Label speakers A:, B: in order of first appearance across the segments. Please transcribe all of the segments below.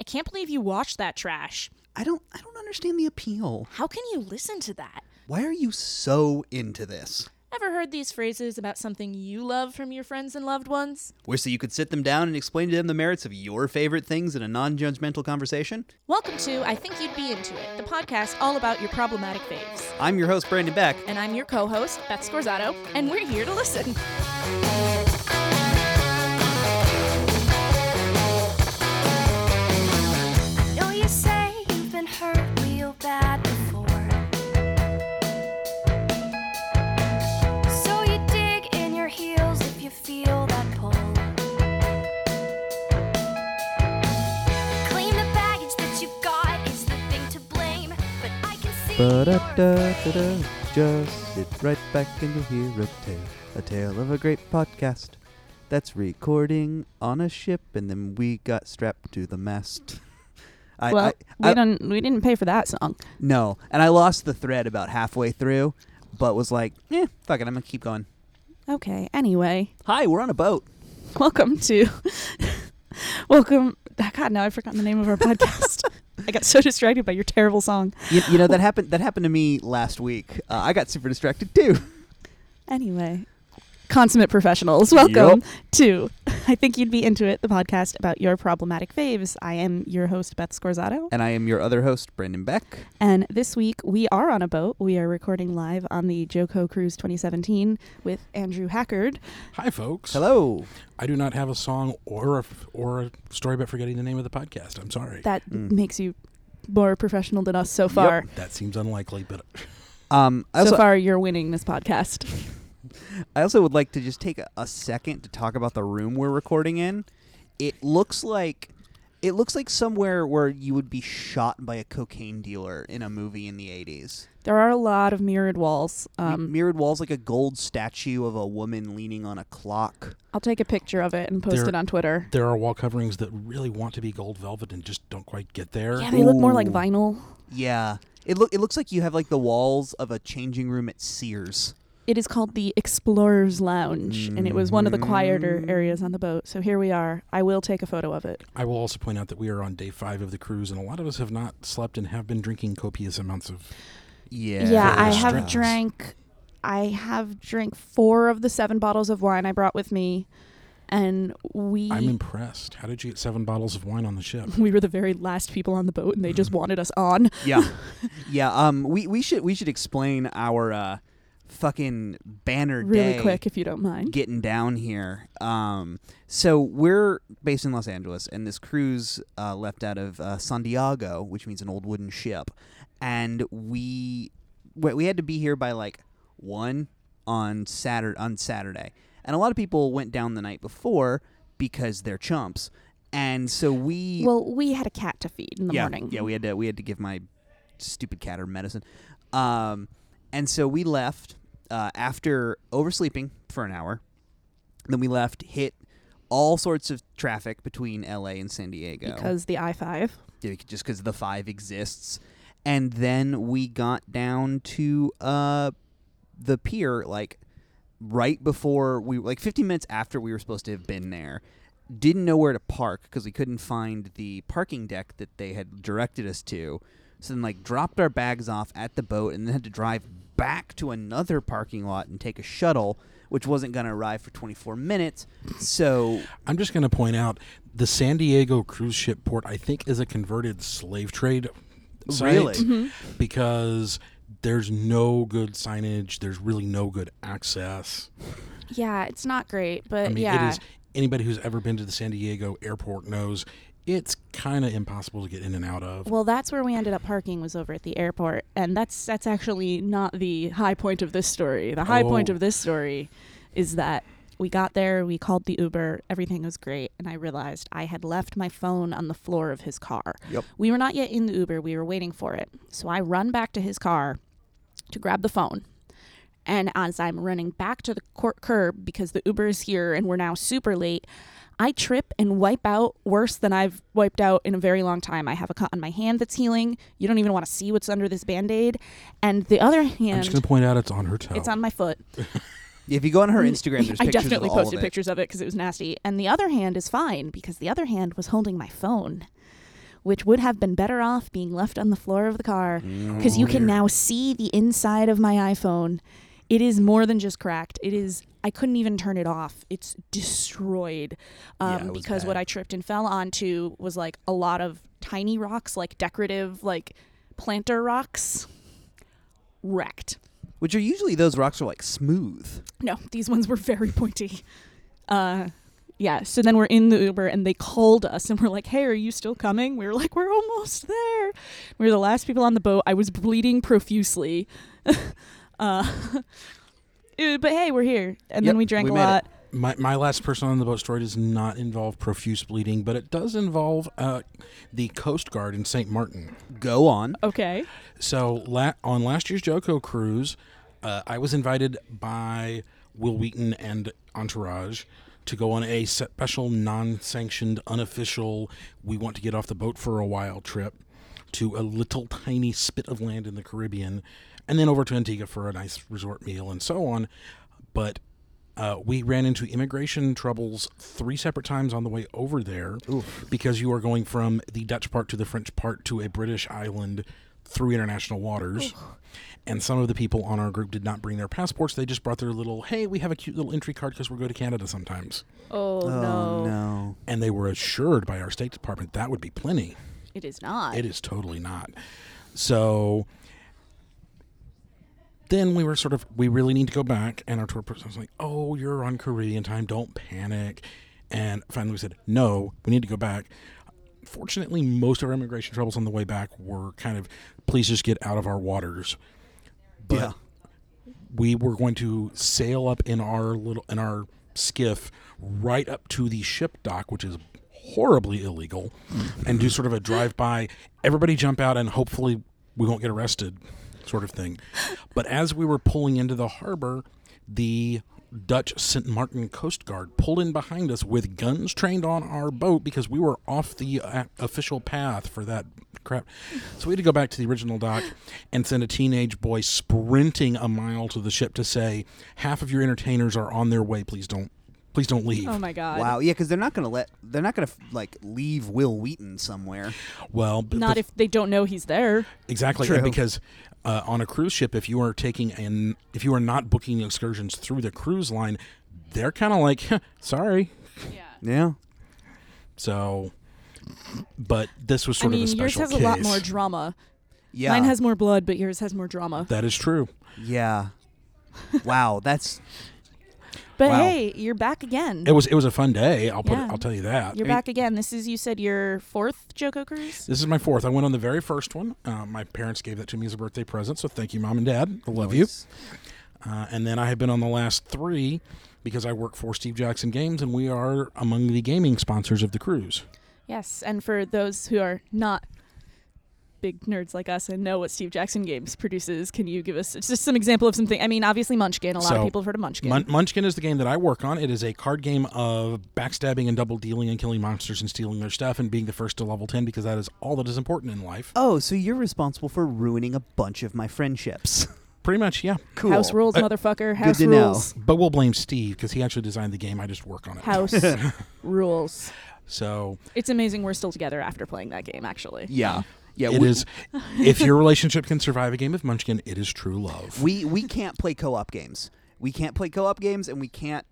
A: I can't believe you watched that trash.
B: I don't I don't understand the appeal.
A: How can you listen to that?
B: Why are you so into this?
A: Ever heard these phrases about something you love from your friends and loved ones?
B: Wish that you could sit them down and explain to them the merits of your favorite things in a non-judgmental conversation?
A: Welcome to I Think You'd Be Into It, the podcast all about your problematic faves.
B: I'm your host Brandon Beck.
A: And I'm your co host, Beth Scorzato, and we're here to listen.
C: Know you say you've been hurt real bad before. So you dig in your heels if you feel that pull. Claim the baggage that you got is the thing to blame. But I can see you're
D: Ba-da-da-da-da. Just sit right back and you'll hear a tale, a tale of a great podcast that's recording on a ship, and then we got strapped to the mast. I,
E: well,
D: I,
E: we
D: I-
E: don't. We didn't pay for that song.
D: no, and I lost the thread about halfway through, but was like, eh, fuck it, I'm gonna keep going.
E: Okay. Anyway,
D: Hi, we're on a boat.
E: welcome to. welcome. God, now I've forgotten the name of our podcast. I got so distracted by your terrible song.
D: You, you know that happened. That happened to me last week. Uh, I got super distracted too.
E: Anyway, consummate professionals, welcome to. I think you'd be into it. The podcast about your problematic faves. I am your host Beth Scorzato,
D: And I am your other host, Brandon Beck.
E: and this week we are on a boat. We are recording live on the Joco Cruise 2017 with Andrew Hackard.
F: Hi, folks.
D: Hello.
F: I do not have a song or a, f- or a story about forgetting the name of the podcast. I'm sorry.
E: That
D: Mm.
E: makes you more professional than us so far.
F: that seems unlikely, but
D: Um, I also
E: so far, you're winning this podcast.
D: I also would like to just take a, a second to talk about the room we're recording in. It looks like it looks like somewhere where you would be shot by a cocaine dealer in a movie in the 80s.
E: There are a lot of mirrored walls.
D: Um,
E: Um,
D: mirrored walls like a gold statue of a woman leaning on a clock.
E: I'll take a picture of it and post
F: There-
E: it on Twitter.
F: there are wall coverings that really want to be gold velvet and just don't quite get there.
E: Yeah, they look more like
D: Ooh.
E: vinyl.
D: Yeah. It look it looks like you have like the walls of a changing room at Sears.
E: It is called the Explorer's Lounge, and it was one of the quieter
D: Mhm.
E: areas on the boat. So here we are. I will take a photo of it.
F: I will also point out that we are on day five of the cruise, and a lot of us have not slept and have been drinking copious amounts of.
D: Yeah.
E: yeah, I
F: Various
E: have
F: drinks.
E: drank. I have drank four of the seven bottles of wine I brought with me, and we
F: I'm impressed. How did you get seven bottles of wine on the ship?
E: we were the very last people on the boat, and they just wanted us on.
D: yeah yeah um we we should we should explain our uh fucking banner
E: Really
D: day
E: quick, if you don't mind.
D: getting down here um so we're based in los angeles and this cruise uh, left out of uh, san diego which means an old wooden ship and we we we had to be here by like one on saturday on saturday and a lot of people went down the night before because they're chumps and so we
E: Well, we had a cat to feed in the
D: yeah,
E: morning.
D: Yeah, we had to we had to give my stupid cat her medicine. Um, and so we left uh, after oversleeping for an hour. Then we left, hit all sorts of traffic between LA and San Diego
E: because the I five.
D: Yeah, just because the five exists. And then we got down to uh, the pier like right before we like 15 minutes after we were supposed to have been there didn't know where to park because we couldn't find the parking deck that they had directed us to so then like dropped our bags off at the boat and then had to drive back to another parking lot and take a shuttle which wasn't going to arrive for 24 minutes so
F: I'm just going to point out the San Diego cruise ship port, I think, is a converted slave trade site
D: Really?
E: Mm-hmm.
F: because there's no good signage. There's really no good access.
E: Yeah, it's not great, but
F: I mean,
E: Uh, yeah,
F: it is. Anybody who's ever been to the San Diego airport knows it's kind of impossible to get in and out of.
E: Well, that's where we ended up parking was over at the airport, and that's that's actually not the high point of this story. The high point
F: Oh.
E: of this story is that we got there, we called the Uber, everything was great, and I realized I had left my phone on the floor of his car.
D: Yep.
E: We were not yet in the Uber, we were waiting for it. So I run back to his car to grab the phone. And as I'm running back to the cor- curb because the Uber is here and we're now super late, I trip and wipe out worse than I've wiped out in a very long time. I have a cut on my hand that's healing. You don't even want to see what's under this band aid. And the other
F: I'm
E: hand,
F: just going to point out it's on her toe.
E: it's on my foot.
D: if you go on her instagram there's
E: Mm, I
D: pictures
E: definitely
D: of all
E: posted
D: of it.
E: pictures of it because it was nasty. And the other hand is fine because the other hand was holding my phone, which would have been better off being left on the floor of the car because
D: Oh,
F: Oh,
E: you can now see the inside of my iPhone. It is more than just cracked. It is. I couldn't even turn it off. It's destroyed um,
F: it was
E: because what
F: bad.
E: I tripped and fell onto was like a lot of tiny rocks, like decorative, like planter rocks. Wrecked.
D: Which are usually those rocks are like smooth.
E: No, these ones were very pointy. Uh, yeah. So then we're in the Uber and they called us and we're like, "Hey, are you still coming?" We were like, "We're almost there." We were the last people on the boat. I was bleeding profusely. uh, eh, but hey, we're here. And
D: Yep,
E: then we drank
D: we
E: a
D: made it.
E: lot.
F: My, my last person on the boat story does not involve profuse bleeding, but it does involve uh, the Coast Guard in St. Martin.
D: Go on.
E: Okay.
F: So la- on last year's Joko cruise, uh, I was invited by Will Wheaton and Entourage to go on a special, non-sanctioned, unofficial, we want to get off the boat for a while trip to a little tiny spit of land in the Caribbean, and then over to Antigua for a nice resort meal and so on. But uh, we ran into immigration troubles three separate times on the way over there because you are going from the Dutch part to the French part to a British island through international waters. And some of the people on our group did not bring their passports. They just brought their little, hey, we have a cute little entry card because we're going to Canada sometimes.
E: Oh, no.
D: No.
F: And they were assured by our State Department that would be plenty.
E: It is not.
F: It is totally not. So then we were sort of, we really need to go back. And our tour person was like, oh, you're on Korean time. Don't panic. And finally we said, no, we need to go back. Fortunately, most of our immigration troubles on the way back were kind of, please just get out of our waters. But
D: Yeah.
F: we were going to sail up in our little in our skiff right up to the ship dock, which is horribly illegal, and do sort of a drive by. Everybody jump out, and hopefully we won't get arrested, sort of thing. But as we were pulling into the harbor, the Dutch St. Martin Coast Guard pulled in behind us with guns trained on our boat because we were off the uh, official path for that crap. So we had to go back to the original dock and send a teenage boy sprinting a mile to the ship to say, "Half of your entertainers are on their way. Please don't, please don't leave."
E: oh my god.
D: Wow. Yeah, because they're not gonna let. They're not gonna like leave Will Wheaton somewhere.
F: well, but
E: Not
F: the-
E: if they don't know he's there.
F: Exactly,
D: True.
F: and because uh, on a cruise ship, if you are taking an if you are not booking excursions through the cruise line, they're kind of like, "Huh, sorry.
D: Yeah.
F: So, but this was
E: I
F: sort
E: mean,
F: of a special
E: yours has
F: case.
E: a lot more drama.
D: Yeah.
E: Mine has more blood, but yours has more drama.
F: that is true.
D: Yeah. wow. That's.
E: But
D: Wow.
E: hey, you're back again.
F: It was it was a fun day. I'll put
E: Yeah.
F: it, I'll tell you that.
E: You're back again. This is you said your fourth Joko cruise.
F: This is my fourth. I went on the very first one. Uh, my parents gave that to me as a birthday present, so thank you, mom and dad. I love you. Uh, and then I have been on the last three because I work for Steve Jackson Games, and we are among the gaming sponsors of the cruise.
E: Yes, and for those who are not big nerds like us and know what Steve Jackson Games produces, can you give us it's just some example of something? I mean, obviously Munchkin. A lot of
F: So,
E: people have heard of Munchkin.
F: Mun- Munchkin is the game that I work on. It is a card game of backstabbing and double dealing and killing monsters and stealing their stuff and being the first to level 10 because that is all that is important in life.
D: Oh, so you're responsible for ruining a bunch of my friendships.
F: Pretty much, yeah.
D: cool.
E: House rules,
F: Uh,
E: motherfucker. House
D: to know.
E: rules.
F: But we'll blame Steve because he actually designed the game. I just work on it.
E: House rules.
F: So
E: It's amazing we're still together after playing that game. Actually,
D: Yeah. Yeah.
F: it
D: we,
F: is. if your relationship can survive a game of Munchkin, it is true love.
D: We we can't play co-op games. We can't play co-op games, and we can't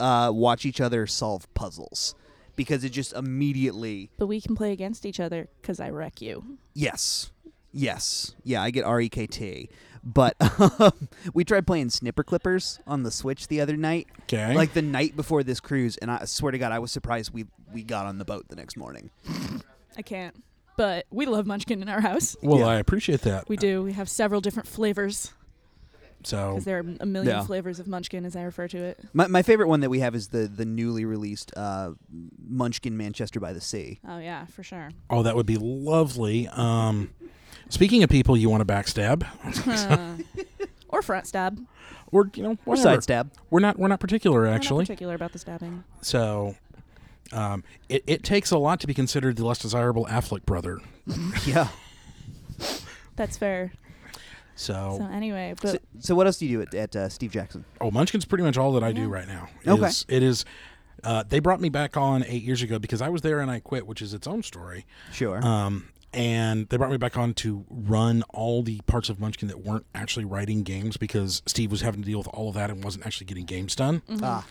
D: uh, watch each other solve puzzles because it just immediately
E: but we can play against each other because I wreck you.
D: yes, yes, yeah. I get R E K T. But um, we tried playing Snipper Clippers on the Switch the other night,
F: Okay.
D: like the night before this cruise, and I swear to God, I was surprised we we got on the boat the next morning.
E: I can't. But we love Munchkin in our house.
F: well,
D: yeah.
F: I appreciate that.
E: We do. We have several different flavors
F: So Oh.
E: because there are a million
D: Yeah.
E: flavors of Munchkin, as I refer to it.
D: My, my favorite one that we have is the the newly released uh, Munchkin Manchester by the Sea.
E: Oh yeah, for sure.
F: Oh, that would be lovely. Um, speaking of people you want to backstab,
E: Uh, Or front stab.
F: or you know,
D: Or
F: whatever.
D: side stab.
F: We're not. We're not particular,
E: I'm not
F: actually.
E: particular about the stabbing.
F: So, um, it, it takes a lot to be considered the less desirable Affleck brother.
D: Yeah.
E: That's fair.
D: Oh.
F: So,
E: So anyway, but
D: So, so what else do you do at, at uh, Steve Jackson?
F: oh, Munchkin's pretty much all that I do
E: Yeah.
F: right now.
D: Okay.
F: Is, it is Uh, they brought me back on eight years ago because I was there and I quit, which is its own story.
D: Sure.
F: Um, and they brought me back on to run all the parts of Munchkin that weren't actually writing games because Steve was having to deal with all of that and wasn't actually getting games done.
D: ah,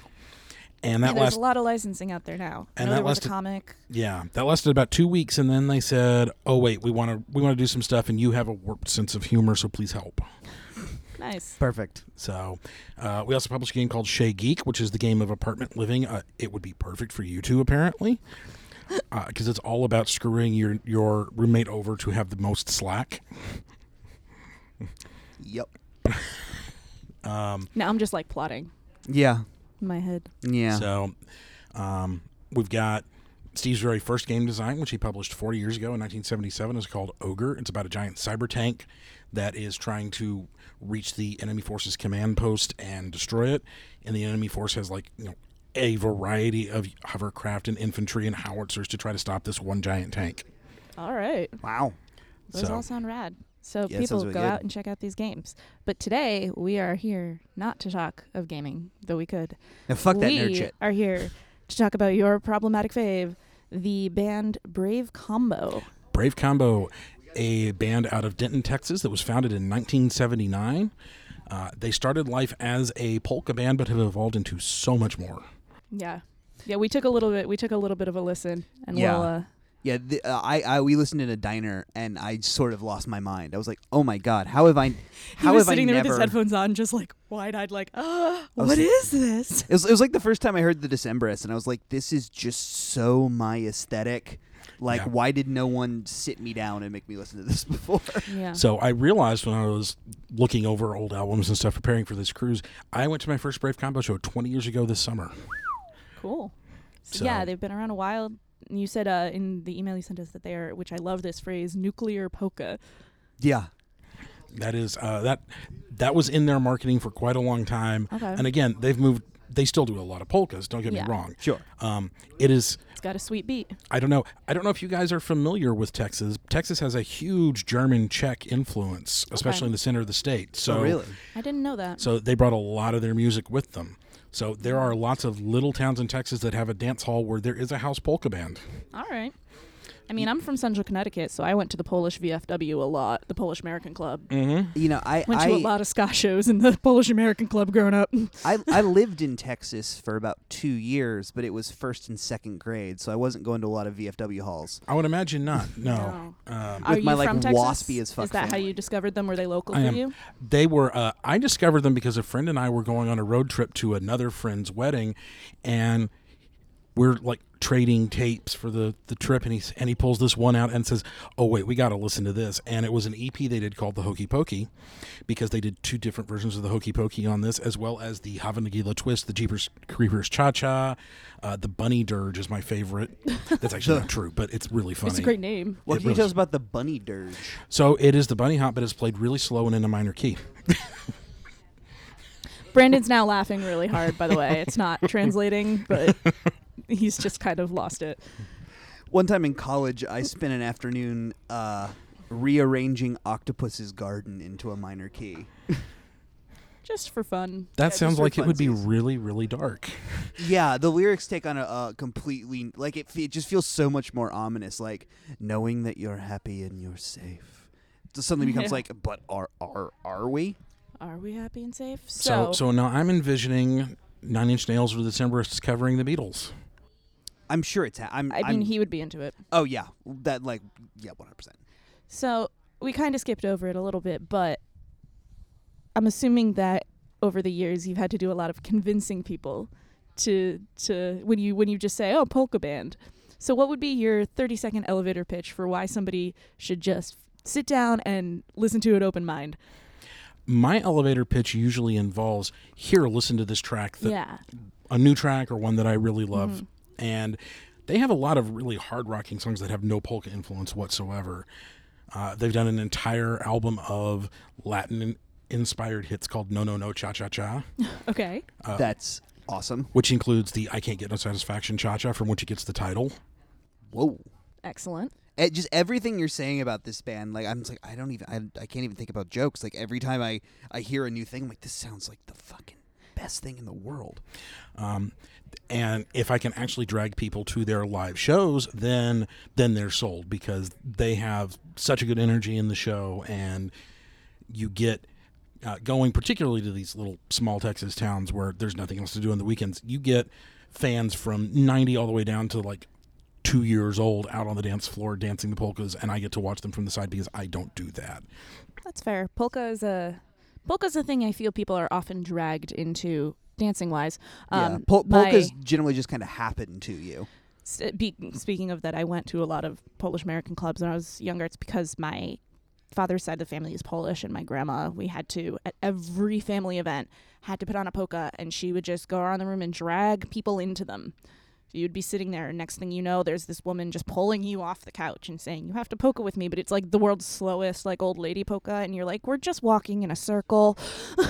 F: And that
E: Mm. there's
F: last
E: a lot of licensing out there now. I
F: And
E: know
F: that
E: there was
F: lasted-
E: a
D: e-
E: comic.
F: yeah, that lasted about two weeks, and then they said, "Oh wait, we want to we want to do some stuff, and you have a warped sense of humor, so please help."
E: Nice.
D: perfect.
F: So, uh, we also published a game called Shea Geek, which is the game of apartment living. Uh, it would be perfect for you two, apparently, because it's all about screwing your your roommate over to have the most slack.
D: Yep. Mm.
E: Now I'm just like plotting
D: Yeah.
E: in my head.
D: Yeah.
F: So, um, we've got Steve's very first game design, which he published 40 years ago in 1977, is called Ogre. It's about a giant cyber tank that is trying to reach the enemy force's command post and destroy it. And the enemy force has like you know a variety of hovercraft and infantry and howitzers to try to stop this one giant tank.
E: All right.
D: wow.
E: Those
F: So-
E: all sound rad. So
D: Yeah, it
E: people
D: sounds really
E: go
D: good.
E: out and check out these games. But today we are here not to talk of gaming, though we could.
D: Now fuck that
E: we
D: nerd shit.
E: are here to talk about your problematic fave, the band Brave Combo.
F: Brave Combo, a band out of Denton, Texas, that was founded in 1979. Uh, they started life as a polka band, but have evolved into so much more.
E: Yeah. Yeah, we took a little bit. We took a little bit of a listen, and
D: Yeah.
E: we'll. Uh,
D: Yeah, the, uh, I, I we listened in a diner and I sort of lost my mind. I was like, "Oh my god, how have I how
E: he was
D: have
E: sitting
D: I
E: there
D: never
E: with his headphones on, just like wide-eyed, like, "Ah,
D: was
E: what
D: like-
E: is this?"
D: It was, it was like the first time I heard the Decemberists, and I was like, "This is just so my aesthetic. Like,
F: Yeah.
D: why did no one sit me down and make me listen to this before?"
E: Yeah.
F: So I realized when I was looking over old albums and stuff, preparing for this cruise, I went to my first Brave Combo show 20 years ago this summer.
E: Cool. So,
F: So-
E: yeah, they've been around a while. You said uh, in the email you sent us that they are, which I love this phrase, nuclear polka.
D: yeah,
F: That is uh, that that was in their marketing for quite a long time.
E: Okay.
F: And again, they've moved. They still do a lot of polkas. Don't get
E: Yeah.
F: me wrong.
D: sure.
F: Um, it is.
E: It's got a sweet beat.
F: I don't know. I don't know if you guys are familiar with Texas. Texas has a huge German Czech influence, especially in the center of the state. So
D: oh, really?
E: I didn't know that.
F: So they brought a lot of their music with them. So there are lots of little towns in Texas that have a dance hall where there is a house polka band.
E: All right. I mean, I'm from Central Connecticut, so I went to the Polish VFW a lot, the Polish American Club.
D: You know, I
E: Went
D: Mm, I,
E: to a lot of ska shows in the Polish American Club growing up.
D: I I lived in Texas for about two years, but it was first and second grade, so I wasn't going to a lot of VFW halls.
F: I would imagine not. No. Um,
E: Are
D: With my,
E: you
D: like,
E: from Texas?
D: waspy as fuck
E: Is that how
D: family.
E: you discovered them? Were they local
F: I
E: for
F: am-
E: you?
F: They were. Uh, I discovered them because a friend and I were going on a road trip to another friend's wedding, and we're like trading tapes for the the trip. And he s- and he pulls this one out and says, "Oh wait, we got to listen to this." And it was an EP they did called the Hokey Pokey, because they did two different versions of the Hokey Pokey on this, as well as the Havanagila Twist, the Jeepers Creepers Cha Cha, uh, the Bunny Dirge is my favorite. That's actually not true, but it's really funny.
E: It's a great name.
D: Well,
F: It
D: can you
F: was-
D: tell us about the Bunny Dirge?
F: So it is the bunny hop, but it's played really slow and in a minor key.
E: Brandon's now laughing really hard, by the way. It's not translating, but he's just kind of lost it.
D: One time in college, I spent an afternoon uh, rearranging Octopus's garden into a minor key.
E: Just for fun.
F: That
D: just
F: sounds
D: for
F: like it would be
D: funsies.
F: really, really dark.
D: Yeah, the lyrics take on a, a completely like it. fe- It just feels so much more ominous. Like knowing that you're happy and you're safe, it just suddenly becomes
E: Yeah.
D: like, but are are are we?
E: Are we happy and safe? So,
F: So, so, now I'm envisioning Nine Inch Nails or the Timberists covering the Beatles.
D: I'm sure it's. Ha- I'm.
E: I mean,
D: am
E: he would be into it.
D: Oh yeah, that like yeah, one hundred percent.
E: So we kind of skipped over it a little bit, but I'm assuming that over the years you've had to do a lot of convincing people to to when you when you just say, "Oh, polka band." So what would be your 30 second elevator pitch for why somebody should just sit down and listen to it open mind?
F: My elevator pitch usually involves here, listen to this track,
D: uh,
F: that,
E: yeah. Mm-hmm.
F: a new track or one that I really love. And they have a lot of really hard rocking songs that have no polka influence whatsoever. Uh, they've done an entire album of Latin inspired hits called No No No Cha Cha Cha.
E: Okay.
D: That's awesome.
F: which includes the I Can't Get No Satisfaction Cha Cha from which it gets the title.
D: Whoa.
E: Excellent.
D: It, e-, just everything you're saying about this band, like I'm just like I don't even I, I can't even think about jokes. Like every time I I hear a new thing, I'm like this sounds like the fucking best thing in the world.
F: um, and if I can actually drag people to their live shows, then then they're sold because they have such a good energy in the show, and you get uh, going particularly to these little small Texas towns where there's nothing else to do on the weekends. You get fans from 90 all the way down to like two years old out on the dance floor dancing the polkas, and I get to watch them from the side because I don't do that.
E: That's fair. Polka is a polka is a thing I feel people are often dragged into dancing wise.
D: Yeah,
E: Um,
D: Pol-
E: my-
D: polkas generally just kind of happen to you.
E: s- be- speaking of that, I went to a lot of Polish American clubs when I was younger. It's because my father's side of the family is Polish, and my grandma, we had to at every family event had to put on a polka, and she would just go around the room and drag people into them. You'd be sitting there, and next thing you know, there's this woman just pulling you off the couch and saying, "You have to polka with me," but it's like the world's slowest, like old lady polka, and you're like, "We're just walking in a circle."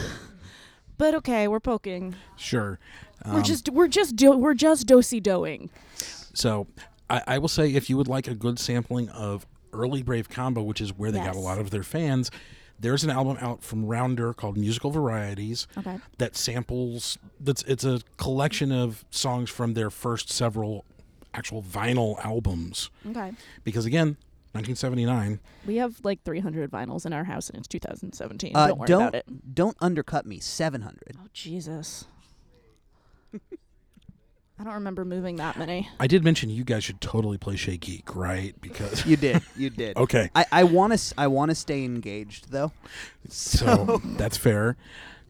E: But okay, we're poking.
F: Sure.
E: we're
F: Um,
E: just we're just do- we're just dosy doing.
F: So I, I will say if you would like a good sampling of early Brave Combo, which is where they got a
E: Yes.
F: lot of their fans, there's an album out from Rounder called Musical Varieties
E: Okay.
F: that samples that's it's a collection of songs from their first several actual vinyl albums.
E: Okay.
F: Because again, 1979.
E: We have like 300 vinyls in our house, and it's 2017.
D: Uh,
E: don't worry about it.
D: don't don't undercut me. Seven hundred.
E: Oh Jesus! I don't remember moving that many.
F: I did mention you guys should totally play Shea Geek, right? Because
D: You did. You did.
F: okay,
D: I, I want to. I want to stay engaged though.
F: so that's fair.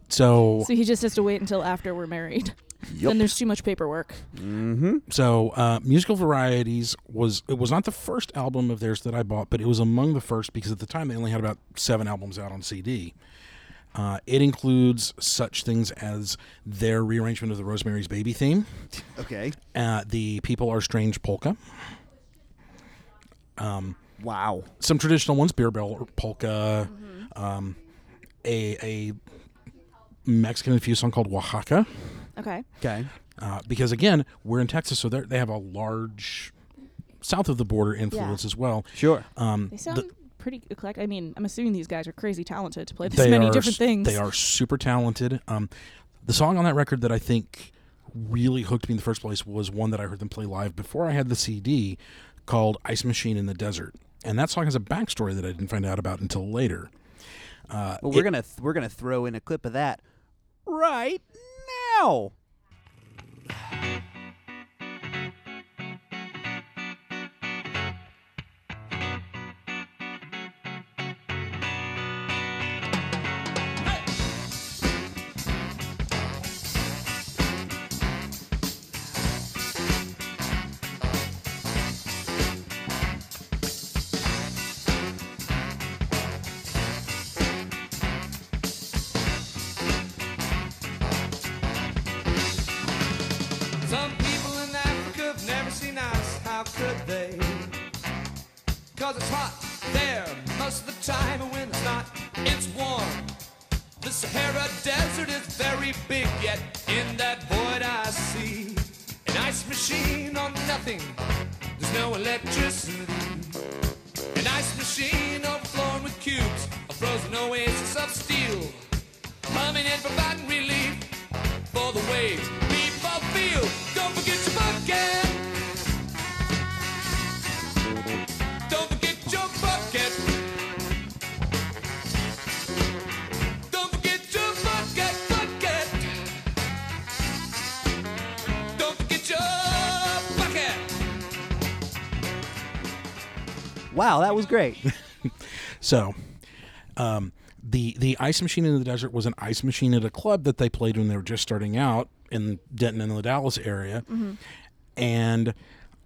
F: So
E: So he just has to wait until after we're married. Then there's too much paperwork.
F: So, uh, musical varieties was it was not the first album of theirs that I bought, but it was among the first because at the time they only had about seven albums out on CD. Uh, it includes such things as their rearrangement of the Rosemary's Baby theme,
D: Okay.
F: uh, the People Are Strange polka,
D: Wow.
F: some traditional ones, beer bell polka, um, a a Mexican infused song called Oaxaca.
E: Okay.
D: Okay.
F: uh, because again, we're in Texas, so they're- they have a large south of the border influence as well.
D: Sure.
F: Um,
E: They sound pretty eclectic. I mean, I'm assuming these guys are crazy talented to play this
F: they
E: many
F: are
E: different
F: s-
E: things.
F: They are super talented. Um, the song on that record that I think really hooked me in the first place was one that I heard them play live before I had the CD, called "Ice Machine in the Desert," and that song has a backstory that I didn't find out about until later. Uh,
D: Well, we're gonna th- we're gonna throw in a clip of that right now.
G: Some people in Africa have never seen ice, how could they? Cause it's hot there most of the time, and when it's not, it's warm. The Sahara Desert is very big, yet in that void I see an ice machine on nothing. There's no electricity. An ice machine overflowing with cubes, a frozen oasis of steel. Humming and providing relief for the waves people feel. Don't forget your bucket. Don't forget your bucket. Don't forget your bucket, bucket. Don't forget your bucket.
D: Wow, that was great.
F: So, um, the the ice machine in the desert was an ice machine at a club that they played when they were just starting out in Denton and the Dallas area, and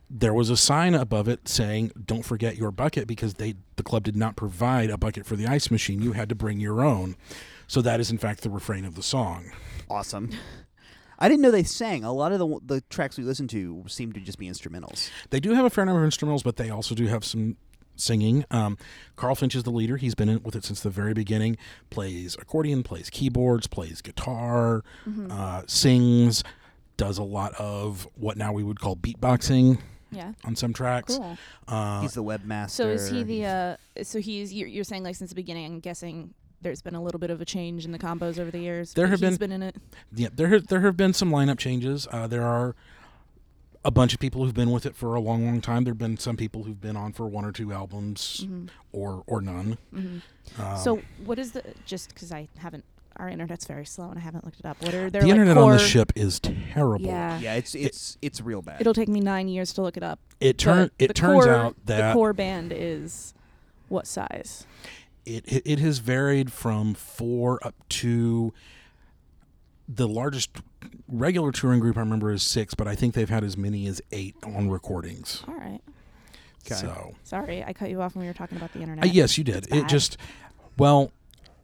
F: there was a sign above it saying "Don't forget your bucket" because they the club did not provide a bucket for the ice machine. You had to bring your own. So that is in fact the refrain of the song.
D: awesome. I didn't know they sang. A lot of the the tracks we listened to seemed to just be instrumentals.
F: They do have a fair number of instrumentals, but they also do have some singing. Um, Carl Finch is the leader. He's been in with it since the very beginning. Plays accordion, plays keyboards, plays guitar,
E: Mm-hmm.
F: uh, sings, does a lot of what now we would call beatboxing
E: yeah.
F: on some tracks.
E: Cool.
F: Uh,
D: He's the webmaster.
E: So is he the?
D: he's-
E: Uh, so he's. You're, you're saying like since the beginning. I'm guessing there's been a little bit of a change in the combos over the years.
F: There
E: but
F: have
E: he's
F: been-
E: been in it.
F: Yeah, there have, there have been some lineup changes. Uh, there are a bunch of people who've been with it for a long, long time. There've been some people who've been on for one or two albums,
E: Mm-hmm.
F: or or none. Um,
E: so what is the just because I haven't our internet's very slow and I haven't looked it up. What are their
F: the
E: like,
F: internet
E: core,
F: on the ship is terrible.
E: Yeah.
D: Yeah, it's it's it's real bad.
E: It'll take me nine years to look it up.
F: It turn
E: but
F: it
E: the
F: turns
E: core-
F: out
E: the
F: that
E: core band is what size?
F: it it it has varied from four up to the largest regular touring group I remember is six, but I think they've had as many as eight on recordings.
E: All right.
D: Okay.
F: So
E: Sorry, I cut you off when we were talking about the internet.
F: Uh, yes, you did. It
E: bad.
F: just, well,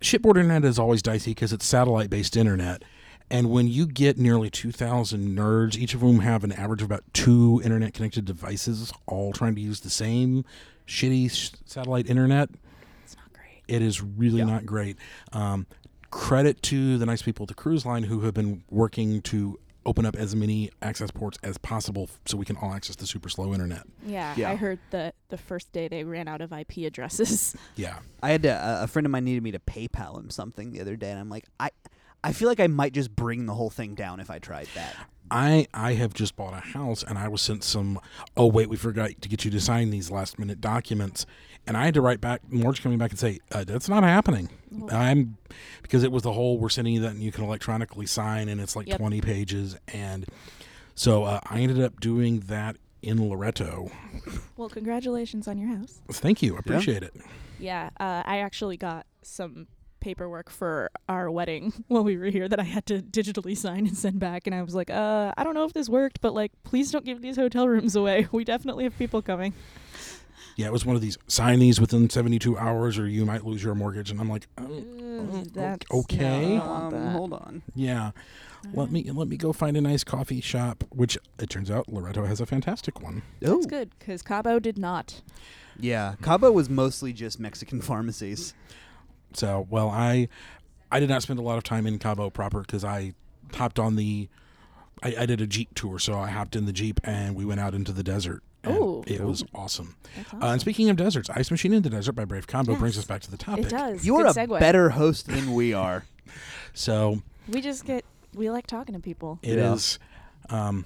F: shipboard internet is always dicey because it's satellite based internet. And when you get nearly 2,000 nerds, each of whom have an average of about two internet connected devices, all trying to use the same shitty sh- satellite internet,
E: It's not great.
F: it is really not great. Um, credit to the nice people at the cruise line who have been working to open up as many access ports as possible f- so we can all access the super slow internet.
E: Yeah,
D: Yeah.
E: I heard the the first day they ran out of IP addresses.
F: Yeah.
D: I had to, a a friend of mine needed me to PayPal him something the other day, and I'm like, I, I feel like I might just bring the whole thing down if I tried that.
F: I I have just bought a house and I was sent some oh wait we forgot to get you to sign these last minute documents and I had to write back Marge coming back and say uh, that's not happening I'm because it was the whole we're sending you that and you can electronically sign and it's like
E: Yep.
F: 20 pages and so uh, I ended up doing that in Loretto
E: well, congratulations on your house.
F: thank you I appreciate it
E: Yeah, uh, I actually got some paperwork for our wedding while we were here that I had to digitally sign and send back, and I was like, uh, I don't know if this worked, but like, please don't give these hotel rooms away. We definitely have people coming.
F: yeah it was one of these sign these within 72 hours or you might lose your mortgage and I'm like
E: Mm,
F: um,
E: That's
F: okay.
E: no, I don't want
D: Um,
E: that.
D: hold on.
F: Yeah. Let me let me go find a nice coffee shop, which it turns out Loretto has a fantastic one.
D: Oh,
E: That's good because Cabo did not.
D: yeah. Cabo was mostly just Mexican pharmacies.
F: So, well, I I did not spend a lot of time in Cabo proper because I hopped on the I, I did a jeep tour, so I hopped in the jeep and we went out into the desert. and
E: Ooh.
F: it was awesome. Uh, and speaking of deserts, Ice Machine in the Desert by Brave Combo brings
E: Yes.
F: us back to the topic.
E: It does.
D: You are a
E: Good segue.
D: better host than we are.
F: So
E: We just get. We like talking to people.
F: It
D: Yeah.
F: is, um,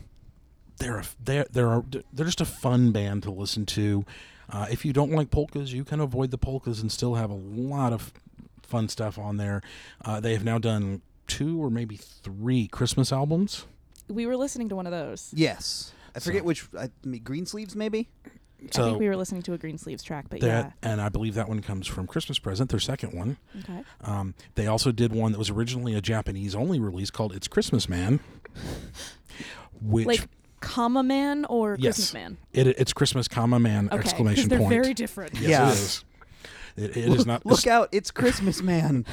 F: they're a, they're they're a, they're just a fun band to listen to. Uh, if you don't like polkas, you can avoid the polkas and still have a lot of fun stuff on there. Uh, they have now done two or maybe three Christmas albums.
E: We were listening to one of those.
D: yes. I
F: So-
D: forget which. I mean, green sleeves, maybe.
E: I
F: So
E: think we were listening to a Green Sleeves track, but yeah.
F: that and I believe that one comes from Christmas Present, their second one.
E: Okay.
F: Um, they also did one that was originally a Japanese only release called "It's Christmas Man," which
E: Like, comma man or
F: Yes.
E: Christmas man?
F: it, it's Christmas, comma man
E: Okay. 'cause
F: exclamation
E: they're
F: point.
E: very different.
F: Yes,
D: Yeah.
F: it is. It, it is not.
D: Look out! It's Christmas, man.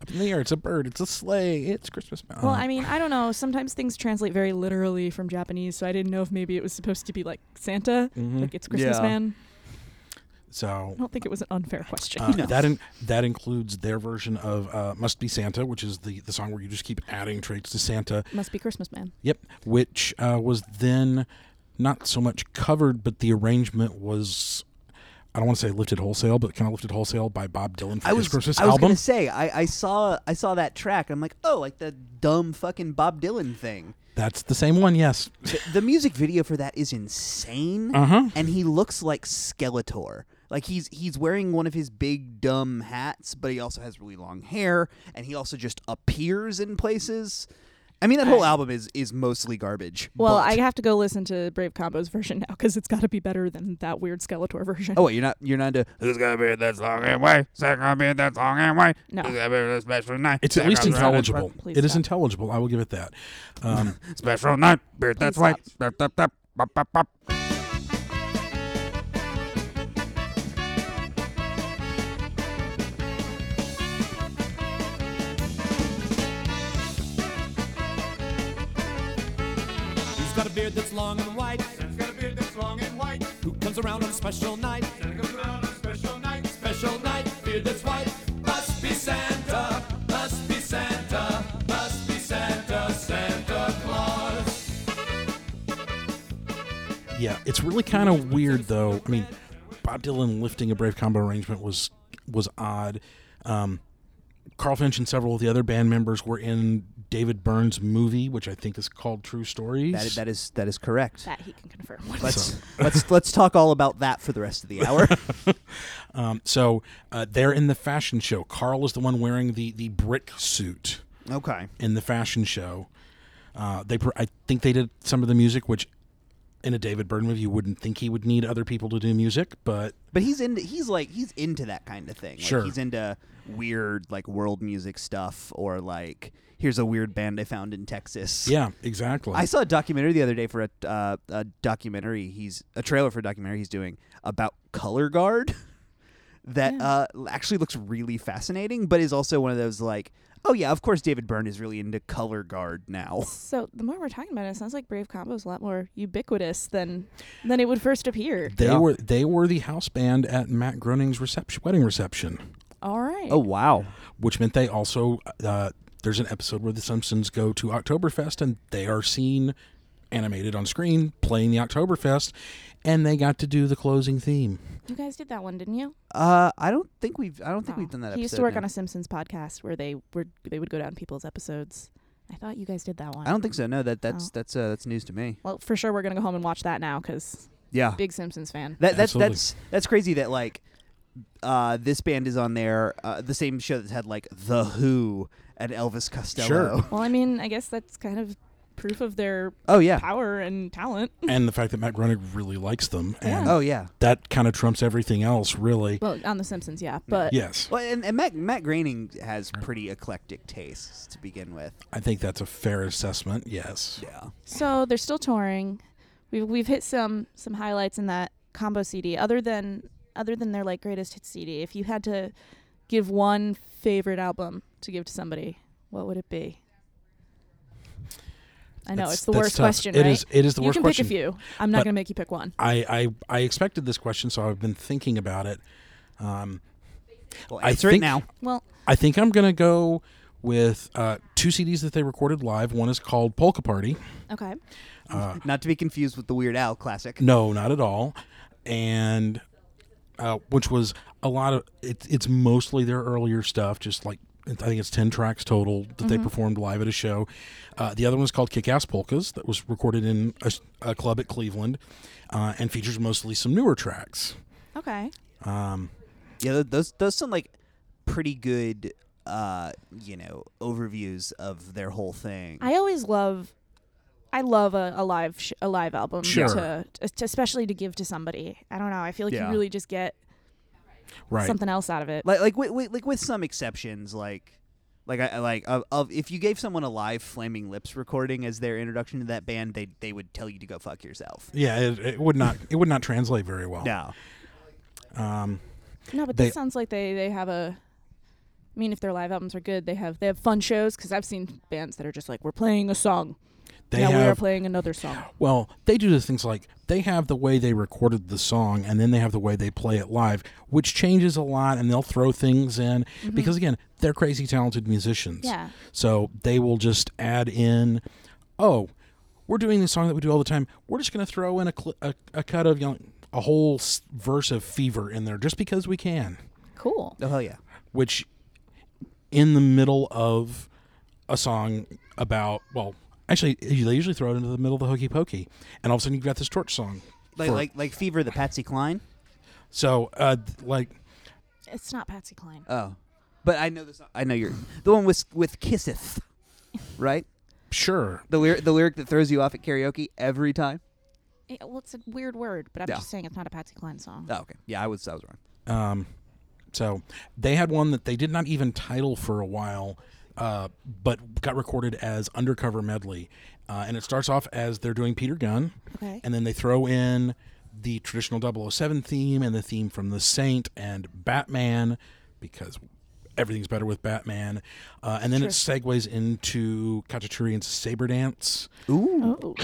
F: up in the air. It's a bird. It's a sleigh. It's Christmas.
E: Well,
D: Oh.
E: I mean, I don't know. Sometimes things translate very literally from Japanese, so I didn't know if maybe it was supposed to be like Santa, like it's Christmas
D: Mm-hmm. Yeah.
E: man.
F: so
E: I don't think it was an unfair question.
F: uh, that in, that includes their version of uh, "Must Be Santa," which is the the song where you just keep adding traits to Santa.
E: Must be Christmas man.
F: Yep, which uh, was then not so much covered, but the arrangement was. I don't want to say lifted wholesale, but kind of lifted wholesale by Bob Dylan for
D: I was.
F: his Christmas
D: I was
F: album.
D: gonna say. I, I saw. I saw that track. I'm like, oh, like the dumb fucking Bob Dylan thing.
F: That's the same one, yes.
D: Th- the music video for that is insane,
F: Uh-huh.
D: and he looks like Skeletor. Like he's he's wearing one of his big dumb hats, but he also has really long hair, and he also just appears in places. I mean, that whole album is is mostly garbage.
E: Well,
D: but-
E: I have to go listen to Brave Combo's version now because it's got to be better than that weird Skeletor version.
D: Oh, wait, you're not you're not into
H: Who's gonna be this long and wait? Second gonna be this long and wait?
E: No.
H: Who's gonna be this special night?
F: It's at
H: Second
F: least
H: gonna be this
F: intelligible.
E: Please
F: It is
E: stop.
F: intelligible. I will give it that. Um,
H: Special night. Beard that's
E: Please
H: white. Dup, dup, dup. Bop, bop, bop.
G: Who's got a beard that's long and white? Santa's got a beard that's long and white. Who comes around on a special night? Santa comes around on a special night. Special night, beard that's white. Must be Santa, must be Santa, must be Santa, Santa Claus.
F: Yeah, it's really kind of weird though. I mean, Bob Dylan lifting a Brave Combo arrangement was was odd. Um, Carl Finch and several of the other band members were in David Byrne's movie, which I think is called True Stories.
D: That, that is that is correct.
E: That he can confirm.
D: Let's let's let's talk all about that for the rest of the hour.
F: Um, so uh, they're in the fashion show. Carl is the one wearing the the brick suit
D: okay.
F: in the fashion show. Uh, they pr- I think they did some of the music, which in a David Byrne movie you wouldn't think he would need other people to do music, but
D: But he's into he's like he's into that kind of thing. Like,
F: Sure.
D: he's into weird like world music stuff or like here's a weird band I found in Texas.
F: yeah, exactly.
D: I saw a documentary the other day for a, uh, a documentary. He's a trailer for a documentary he's doing about color guard that uh, actually looks really fascinating, but is also one of those like, oh yeah, of course David Byrne is really into color guard now.
E: So the more we're talking about it, it sounds like Brave Combo is a lot more ubiquitous than than it would first appear.
F: they
D: Yeah.
F: were they were the house band at Matt Groening's reception wedding reception.
E: All right.
F: Oh,
D: wow,
F: which meant they also uh, there's an episode where the Simpsons go to Oktoberfest and they are seen animated on screen playing the Oktoberfest, and they got to do the closing theme.
E: You guys did that one, didn't you?
D: uh, I don't think we've I don't think we've done that.
E: Oh, He used to
D: episode,
E: work
D: no.
E: on a Simpsons podcast where they were they would go down people's episodes. I thought you guys did that one.
D: I don't think so. No, that that's
E: Oh.
D: that's uh, that's news to me.
E: well, for sure we're gonna go home and watch that now because
D: Yeah,
E: big Simpsons fan.
D: That, that's
F: Absolutely.
D: that's that's crazy that like uh, this band is on there uh, the same show that's had like the Who and Elvis Costello.
F: Sure.
E: Well, I mean, I guess that's kind of proof of their
D: Oh yeah.
E: power and talent.
F: and the fact that Matt Groening really likes them, and
D: Oh yeah.
F: that kind of trumps everything else, really.
E: Well, on the Simpsons,
F: Mm,
E: yeah, but
F: Yes,
D: Well, and, and Matt Matt Groening has pretty eclectic tastes to begin with.
F: I think that's a fair assessment. Yes.
D: Yeah.
E: So they're still touring. We've we've hit some some highlights in that combo CD. Other than other than their like greatest hits CD, if you had to give one favorite album to give to somebody, what would it be? I know
F: That's-
E: it's the
F: that's
E: worst
F: tough.
E: question.
F: It
E: right?
F: is- it is the
E: you
F: worst
E: can
F: question.
E: pick a few. I'm not
F: But-
E: going to make you pick one.
F: I, I I expected this question, so I've been thinking about it. Um,
D: Well,
F: I
D: answer
F: think-
D: it now.
E: Well,
F: I think I'm gonna go with uh, two CDs that they recorded live. One is called Polka Party.
E: okay.
F: uh,
D: Not to be confused with the Weird Al classic.
F: No, not at all. And uh, which was a lot of it, it's mostly their earlier stuff, just like I think it's 10 tracks total that
E: Mm-hmm.
F: they performed live at a show. Uh, the other one's called Kick Ass Polkas, that was recorded in a, s- a club at Cleveland uh, and features mostly some newer tracks.
E: Okay.
F: Um,
D: Yeah, th- those those sound like pretty good uh, you know, overviews of their whole thing.
E: I always love, I love a, a live sh- a live album,
F: Sure.
E: to, to especially to give to somebody. I don't know. I feel like
D: Yeah.
E: you really just get
F: right.
E: something else out of it.
D: like like with, with like with some exceptions like like I I like of, of if you gave someone a live flaming lips recording as their introduction to that band they they would tell you to go fuck yourself
F: Yeah, it, it would not it would not translate very well.
D: no
F: Um,
E: No, but
F: They-
E: this sounds like they they have a. I mean, if their live albums are good, they have they have fun shows because I've seen bands that are just like we're playing a song,
F: they
E: now we are
F: have
E: playing another song.
F: Well, they do the things like they have the way they recorded the song and then they have the way they play it live, which changes a lot and they'll throw things in because again, they're crazy talented musicians.
E: Yeah.
F: So they will just add in oh, we're doing this song that we do all the time. We're just going to throw in a, cl- a a cut of you know, a whole s- verse of Fever in there just because we can
E: Cool.
D: oh hell yeah
F: which in the middle of a song about well actually they usually throw it into the middle of the hokey pokey and all of a sudden you've got this torch song
D: like
F: for-
D: like like fever the patsy cline
F: so uh th- like
E: It's not Patsy Cline.
D: oh but i know this i know you're the one with with kisseth right
F: sure
D: the lyric the lyric that throws you off at karaoke every time
E: Eh, well, it's a weird word, but I'm
D: Yeah.
E: just saying it's not a Patsy Cline song.
D: oh okay yeah i was i was wrong
F: um so they had one that they did not even title for a while uh, but got recorded as undercover medley uh, and it starts off as they're doing peter gunn
E: Okay.
F: and then they throw in the traditional 007 theme and the theme from The Saint and Batman because everything's better with Batman. Uh, and then it segues into Kachaturian's Saber Dance.
E: Oh.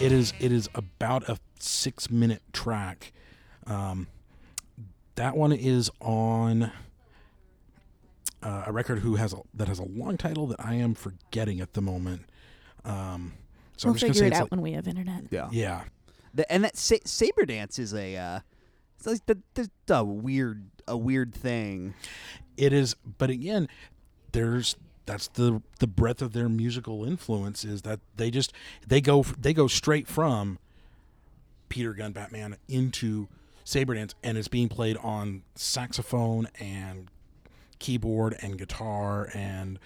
F: It is it is about a six minute track. Um, that one is on uh, a record who has a, that has a long title that I am forgetting at the moment. Um, so
E: we'll
F: I'm just gonna say
E: figure it
F: it's
E: out
F: like,
E: when we have internet.
D: Yeah.
F: yeah,
D: The, and that sa- saber dance is a uh, it's like the, the, the weird a weird thing.
F: it is. But again, there's that's the the breadth of their musical influence is that they just they go they go straight from Peter Gunn Batman into Saberdance and it's being played on saxophone and keyboard and guitar and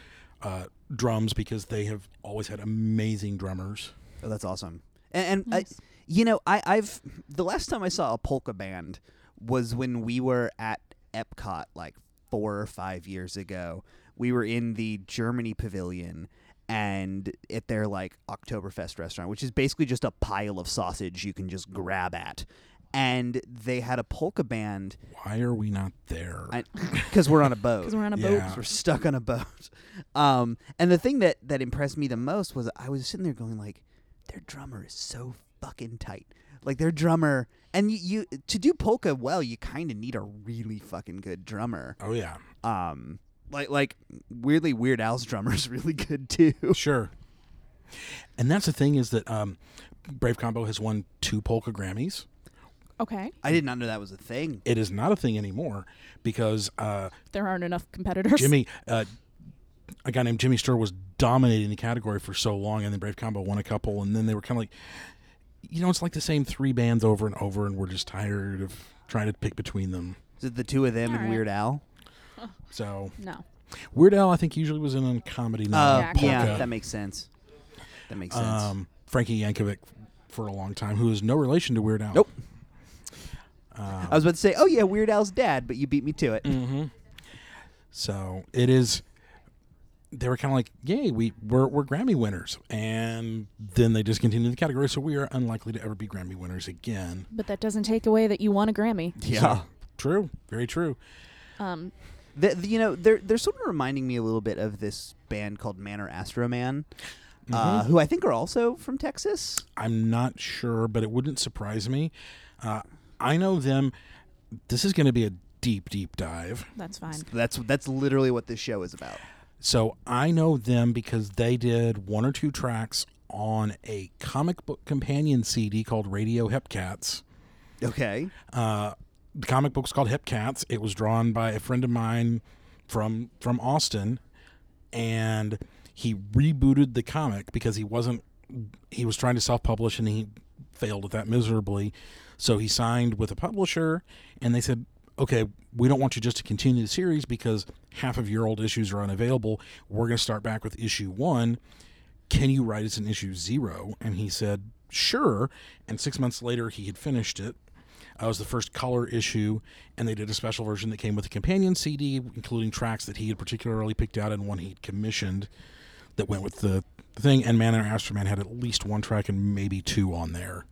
F: uh, drums because they have always had amazing drummers.
D: Oh, that's awesome. And, and I, you know, I, I've the last time I saw a polka band was when we were at Epcot like four or five years ago. We were in the Germany Pavilion and at their like Oktoberfest restaurant, which is basically just a pile of sausage you can just grab at. And they had a polka band
F: Why are we not there?
D: because we're on a boat.
E: Because we're on a boat.
F: yeah.
D: We're stuck on a boat. Um, and the thing that that impressed me the most was I was sitting there going like, their drummer is so fucking tight. Like their drummer, and you, you to do polka well, you kind of need a really fucking good drummer.
F: Oh yeah,
D: Um, like like weirdly, Weird Al's drummer's really good too.
F: sure. And that's the thing is that um, Brave Combo has won two polka Grammys.
E: Okay.
D: I did not know that was a thing.
F: It is not a thing anymore because uh,
E: There aren't enough competitors.
F: Jimmy, uh, a guy named Jimmy Stir was dominating the category for so long, and then Brave Combo won a couple, and then they were kind of like, you know, it's like the same three bands over and over, and we're just tired of trying to pick between them.
D: Is it the two of them and
E: Alright.
D: Weird Al?
F: So
E: No.
F: Weird Al, I think, usually was in on comedy.
D: Uh,
F: Not
E: exactly.
D: yeah,
F: polka.
D: that makes sense. That makes sense.
F: um, Frankie Yankovic for a long time, who is no relation to Weird Al.
D: Nope. I was about to say, oh yeah, Weird Al's dad, but you beat me to it.
F: So it is. They were kind of like, "Yay, we we're, we're Grammy winners," and then they discontinued the category, so we are unlikely to ever be Grammy winners again.
E: But that doesn't take away that you won a Grammy.
D: Yeah.
F: So, true, very true.
E: Um,
D: The, the- you know, they're they're sort of reminding me a little bit of this band called Manor Astro Man, uh, who I think are also from Texas.
F: I'm not sure, but it wouldn't surprise me. Uh, I know them. This is going to be a deep, deep dive.
E: that's fine.
D: That's that's literally what this show is about.
F: So I know them because they did one or two tracks on a comic book companion CD called Radio Hepcats.
D: Okay,
F: Uh, the comic book's called Hip Cats. It was drawn by a friend of mine from from Austin, and he rebooted the comic because he wasn't he was trying to self publish and he failed at that miserably. So he signed with a publisher, and they said, "Okay, we don't want you just to continue the series because half of your old issues are unavailable. We're going to start back with issue one." can you write us an issue zero? And he said, sure. And six months later, he had finished it. Uh, it was the first color issue, and they did a special version that came with a companion CD, including tracks that he had particularly picked out and one he'd commissioned that went with the thing. And Man and Astroman had at least one track and maybe two on there.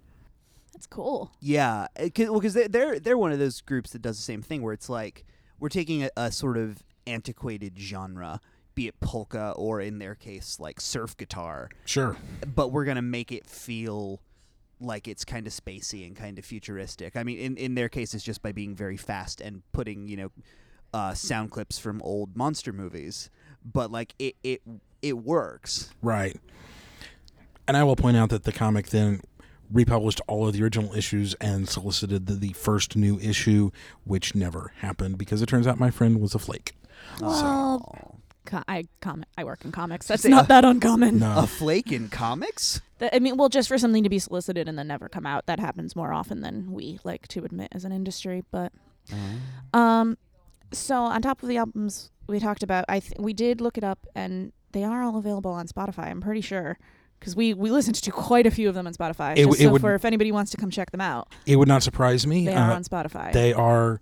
E: That's cool.
D: yeah, uh, because they're, they're they're one of those groups that does the same thing where it's like we're taking a, a sort of antiquated genre, be it polka or in their case like surf guitar,
F: Sure.
D: but we're gonna make it feel like it's kind of spacey and kind of futuristic. I mean, in in their case, it's just by being very fast and putting you know uh, sound clips from old monster movies. But like it it it works.
F: Right. And I will point out that the comic then republished all of the original issues and solicited the, the first new issue, which never happened because it turns out my friend was a flake.
E: Well, co- I com- I work in comics. That's
D: say,
E: not
D: uh,
E: that uncommon.
D: A flake in comics.
E: Th- I mean, well, just for something to be solicited and then never come out, that happens more often than we like to admit as an industry. But,
F: Oh.
E: um, so on top of the albums we talked about, I th- we did look it up, and they are all available on Spotify. I'm pretty sure because we we listened to quite a few of them on Spotify.
F: It w-
E: just
F: it
E: so
F: would-
E: for if anybody wants to come check them out,
F: It would not surprise me.
E: they are
F: Uh,
E: on Spotify.
F: they are.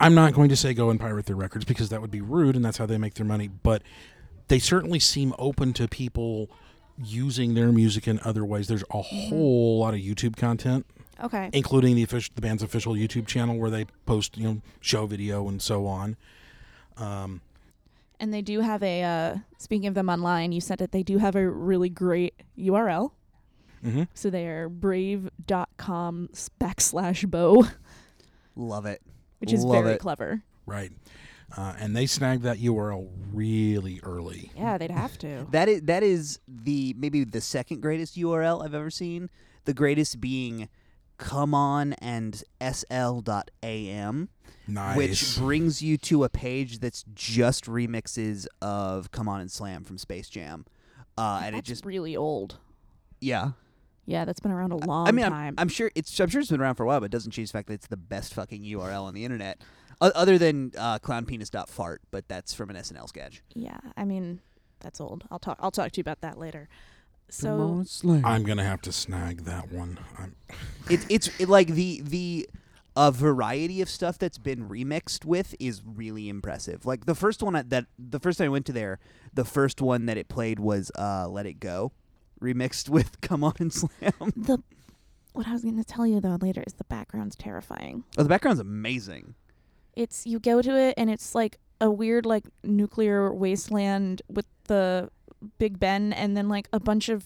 F: I'm not going to say go and pirate their records because that would be rude and that's how they make their money, but they certainly seem open to people using their music in other ways. There's a
E: Mm-hmm.
F: whole lot of YouTube content.
E: okay.
F: including the official, the band's official YouTube channel where they post you know show video and so on. Um,
E: And they do have a uh, speaking of them online, you said that they do have a really great URL
D: Mm-hmm.
E: So they are brave.com s- backslash bow,
D: Love it.
E: which is
D: Love
E: very
D: it.
E: clever.
F: Right. Uh, and they snagged that URL really early.
E: Yeah, they'd have to.
D: That is that is the maybe the second greatest URL I've ever seen. The greatest being come on and sl.am
F: Nice.
D: which brings you to a page that's just remixes of come on and slam from Space Jam. Uh, and it
E: That's
D: just
E: really old.
D: yeah.
E: Yeah, that's been around a long
D: I mean, I'm,
E: time.
D: I'm sure it's I'm sure it's been around for a while, but it doesn't change the fact that it's the best fucking URL on the internet, o- other than uh, clownpenis.fart, but that's from an SNL sketch.
E: yeah, I mean, that's old. I'll talk. I'll talk to you about that later. So
F: I'm going to have to snag that one. I'm,
D: It, it's it, like the the a variety of stuff that's been remixed with is really impressive. Like the first one I- that the first time I went to there, the first one that it played was uh, "Let It Go," remixed with "Come On and Slam."
E: the what I was going to tell you though later is the background's terrifying.
D: Oh, the background's amazing.
E: It's you go to it and it's like a weird like nuclear wasteland with the Big Ben and then like a bunch of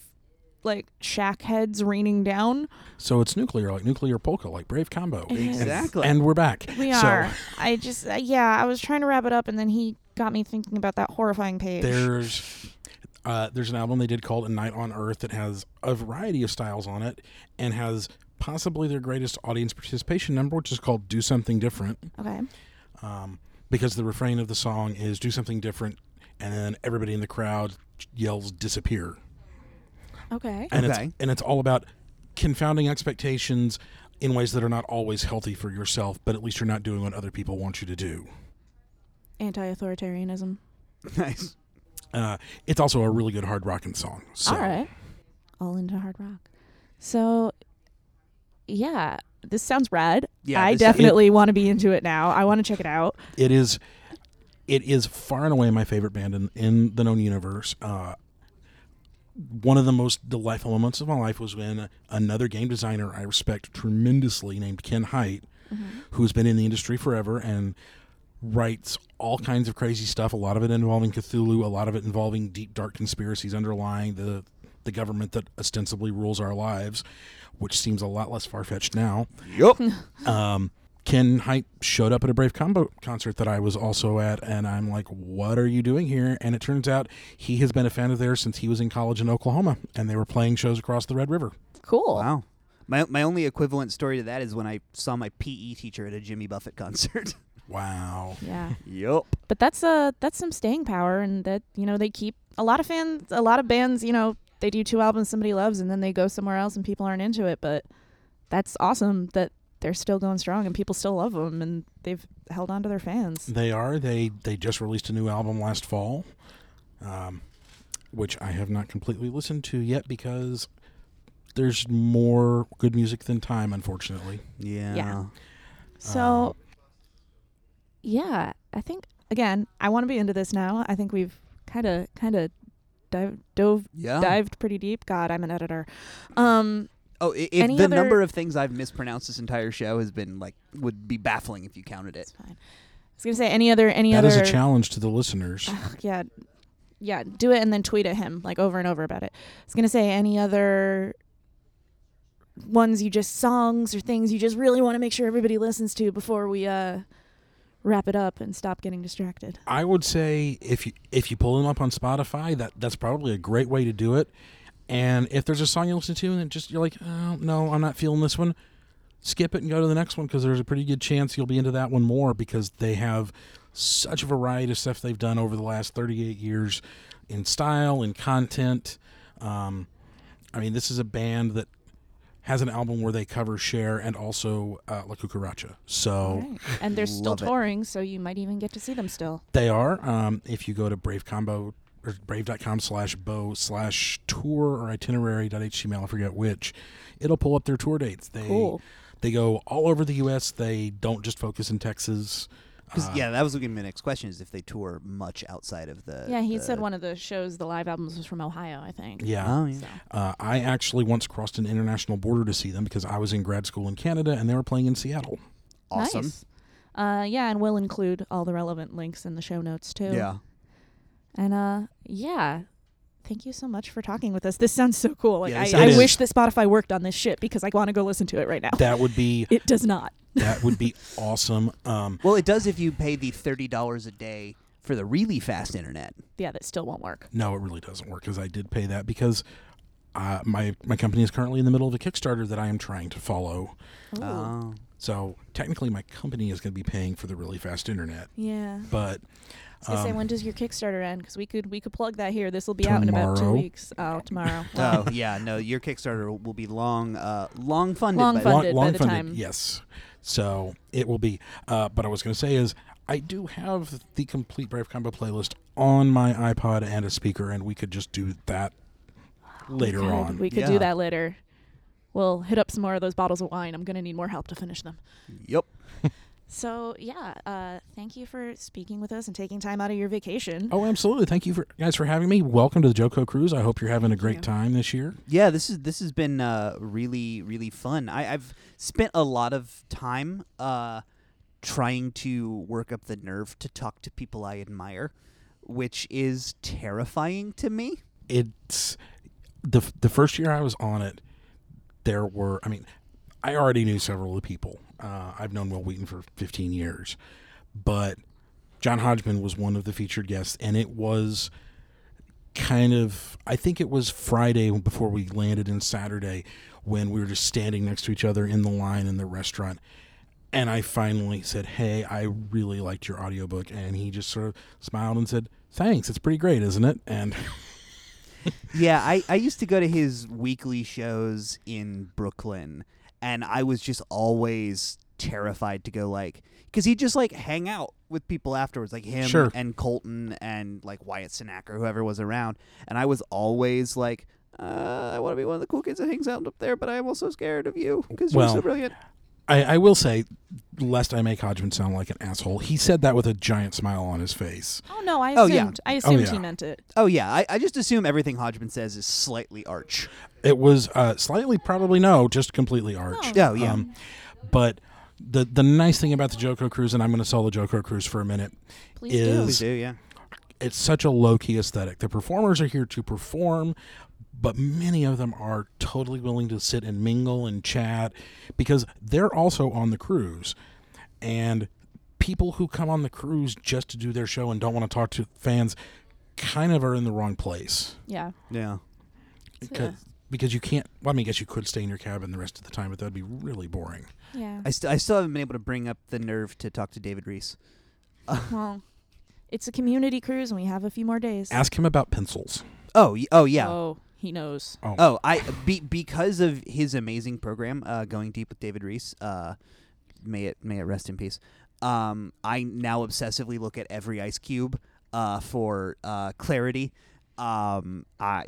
E: like shack heads raining down.
F: so it's nuclear, like nuclear polka, like Brave Combo.
E: It is.
D: Exactly.
F: And we're back.
E: We
F: so
E: are. I just uh, yeah, I was trying to wrap it up and then he got me thinking about that horrifying page.
F: There's uh, there's an album they did called A Night on Earth that has a variety of styles on it and has possibly their greatest audience participation number, which is called Do Something Different.
E: okay.
F: um, because the refrain of the song is do something different and then everybody in the crowd yells disappear
E: Okay.
F: and
D: Okay.
F: it's and it's all about confounding expectations in ways that are not always healthy for yourself but at least you're not doing what other people want you to do
E: Anti-authoritarianism.
D: nice.
F: uh, it's also a really good hard rockin' song so
E: All right. All into hard rock. So yeah, this sounds rad.
D: Yeah,
E: I
D: this sounds-
E: definitely want to be into it now. I want to check it out.
F: it is it is far and away my favorite band in, in the known universe uh, one of the most delightful moments of my life was when another game designer i respect tremendously named ken height who's been in the industry forever and writes all kinds of crazy stuff a lot of it involving cthulhu a lot of it involving deep dark conspiracies underlying the the government that ostensibly rules our lives which seems a lot less far-fetched now
D: Yup.
F: um, Ken Height showed up at a Brave Combo concert that I was also at, and I'm like, "What are you doing here?" And it turns out he has been a fan of theirs since he was in college in Oklahoma, and they were playing shows across the Red River.
E: Cool.
D: Wow. My, my only equivalent story to that is when I saw my PE teacher at a Jimmy Buffett concert.
F: Wow!
E: Yeah.
D: yup.
E: But that's uh that's some staying power and that you know they keep a lot of fans a lot of bands, you know, they do two albums somebody loves and then they go somewhere else and people aren't into it, but that's awesome that they're still going strong and people still love them and they've held on to their fans.
F: They are. They they just released a new album last fall, um, which I have not completely listened to yet because there's more good music than time, unfortunately.
D: Yeah.
E: So yeah, I think again, I want to be into this now. I think we've kind of kind of dive, dove
D: Yeah.
F: Oh.
E: dived pretty deep. God, I'm an editor. Um
D: Oh, i-
E: Any
D: if the
E: other-
D: number of things I've mispronounced this entire show has been like would be baffling if you counted it.
E: it's fine. I was going to say any other any
F: That
E: other
F: is a challenge to the listeners.
E: yeah yeah do it and then tweet at him like over and over about it i was gonna say any other ones you just songs or things you just really want to make sure everybody listens to before we uh wrap it up and stop getting distracted
F: I would say if you if you pull them up on Spotify, that that's probably a great way to do it. And if there's a song you listen to and it just you're like, oh, no, I'm not feeling this one, skip it and go to the next one because there's a pretty good chance you'll be into that one more because they have such a variety of stuff they've done over the last 38 years in style and content. Um, I mean, this is a band that has an album where they cover Cher and also uh, La Cucaracha. So.
E: and they're still
D: Love it.
E: touring so you might even get to see them still
F: They are. Um, if you go to Brave Combo or brave.com slash bow slash tour or itinerary.html, I forget which, it'll pull up their tour dates. They
E: Cool.
F: they go all over the US. They don't just focus in Texas. Uh,
D: 'Cause, yeah, that was going to be my next question: is if they tour much outside of the.
E: yeah he
D: the-
E: said one of the shows the live albums was from ohio i think
F: Yeah.
D: Oh uh, yeah.
F: Uh, I actually once crossed an international border to see them because I was in grad school in Canada and they were playing in Seattle.
D: Awesome.
E: nice uh yeah and we'll include all the relevant links in the show notes too
D: Yeah.
E: And uh yeah, Thank you so much for talking with us. This sounds so cool. Like
B: Yeah,
E: I,
B: this
E: I
F: sounds-
E: wish that Spotify worked on this shit because I want to go listen to it right now.
F: That would be
E: it does not.
F: that would be awesome. Um,
D: Well, it does if you pay the thirty dollars a day for the really fast internet.
E: Yeah, that still won't work.
F: no, it really doesn't work because I did pay that because uh, my my company is currently in the middle of a Kickstarter that I am trying to follow.
D: Oh.
F: Um, So technically, my company is going to be paying for the really fast internet,
E: Yeah.
F: but
E: I was gonna say,
F: um,
E: when does your Kickstarter end? Because we could we could plug that here. This will be out in about two
F: Tomorrow.
E: weeks. Oh, tomorrow.
D: Oh yeah, no, your Kickstarter will be long, uh, long funded.
E: Long
D: by
E: fun-
D: the
E: funded by
F: long, long
E: the
F: funded,
E: time.
F: yes. So it will be. Uh, but I was going to say is I do have the complete Brave Combo playlist on my iPod and a speaker, and we could just do that later
E: Good.
F: on.
E: We could
D: Yeah.
E: do that later. We'll hit up some more of those bottles of wine. I'm going to need more help to finish them.
D: Yep.
E: So, yeah, uh, thank you for speaking with us and taking time out of your vacation.
F: Oh, absolutely! Thank you for guys for having me. Welcome to the Joco Cruise. I hope you're having a great time this year.
D: Yeah, this is this has been uh, really really fun. I, I've spent a lot of time uh, trying to work up the nerve to talk to people I admire, which is terrifying to me.
F: It's the f- the first year I was on it. There were, I mean, I already knew several of the people. Uh, I've known Will Wheaton for 15 years, but John Hodgman was one of the featured guests, and it was kind of I think it was Friday before we landed and Saturday when we were just standing next to each other in the line in the restaurant and I finally said, "Hey, I really liked your audiobook." And he just sort of smiled and said, "Thanks. It's pretty great, isn't it?" And
D: Yeah, I, I used to go to his weekly shows in Brooklyn, and I was just always terrified to go, like, because he'd just, like, hang out with people afterwards, like him
F: Sure.
D: and Colton and, like, Wyatt Sinak or whoever was around. And I was always like, uh, I want to be one of the cool kids that hangs out up there, but I'm also scared of you because you're
F: Well,
D: so brilliant.
F: I, I will say, lest I make Hodgman sound like an asshole, he said that with a giant smile on his face.
E: Oh, no, I
D: Oh,
E: assumed.
D: yeah.
E: I assumed
F: yeah.
E: he meant it.
D: Oh, yeah. I, I just assume everything Hodgman says is slightly arch.
F: It was uh, slightly, probably no, just completely arch.
D: Oh, yeah.
F: Um, but the the nice thing about the Joko Cruise, and I'm going to sell the Joko Cruise for a minute,
E: Please do.
F: is
D: Please do, yeah.
F: it's such a low key aesthetic. The performers are here to perform, but many of them are totally willing to sit and mingle and chat because they're also on the cruise. And people who come on the cruise just to do their show and don't want to talk to fans kind of are in the wrong place.
E: Yeah.
D: Yeah.
F: Because, because you can't, well, I mean, I guess you could stay in your cabin the rest of the time, but that would be really boring.
E: Yeah.
D: I, st- I still haven't been able to bring up the nerve to talk to David Reese.
E: well, it's a community cruise and we have a few more days.
F: Ask him about pencils.
D: Oh, y- oh yeah.
E: Oh, he knows.
D: Oh, I be, because of his amazing program, uh, going deep with David Reese. Uh, may it may it rest in peace. Um, I now obsessively look at every ice cube uh, for uh, clarity. Um, I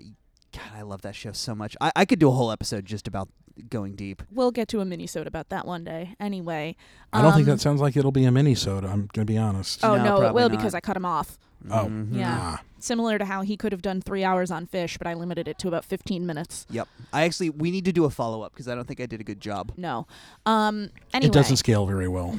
D: God, I love that show so much. I, I could do a whole episode just about going deep.
E: We'll get to a mini-sode about that one day. Anyway.
F: I don't think
E: um,
F: that sounds like it'll be a mini soda. I'm going to be honest.
E: Oh, mm-hmm.
D: No,
E: no, it
D: probably
E: will
D: not.
E: because I cut him off.
F: Oh.
D: Mm-hmm.
E: Yeah.
F: Ah.
E: Similar to how he could have done three hours on fish, but I limited it to about 15 minutes.
D: Yep. I actually we need to do a follow up because I don't think I did a good job.
E: No. Um. Anyway.
F: It doesn't scale very well.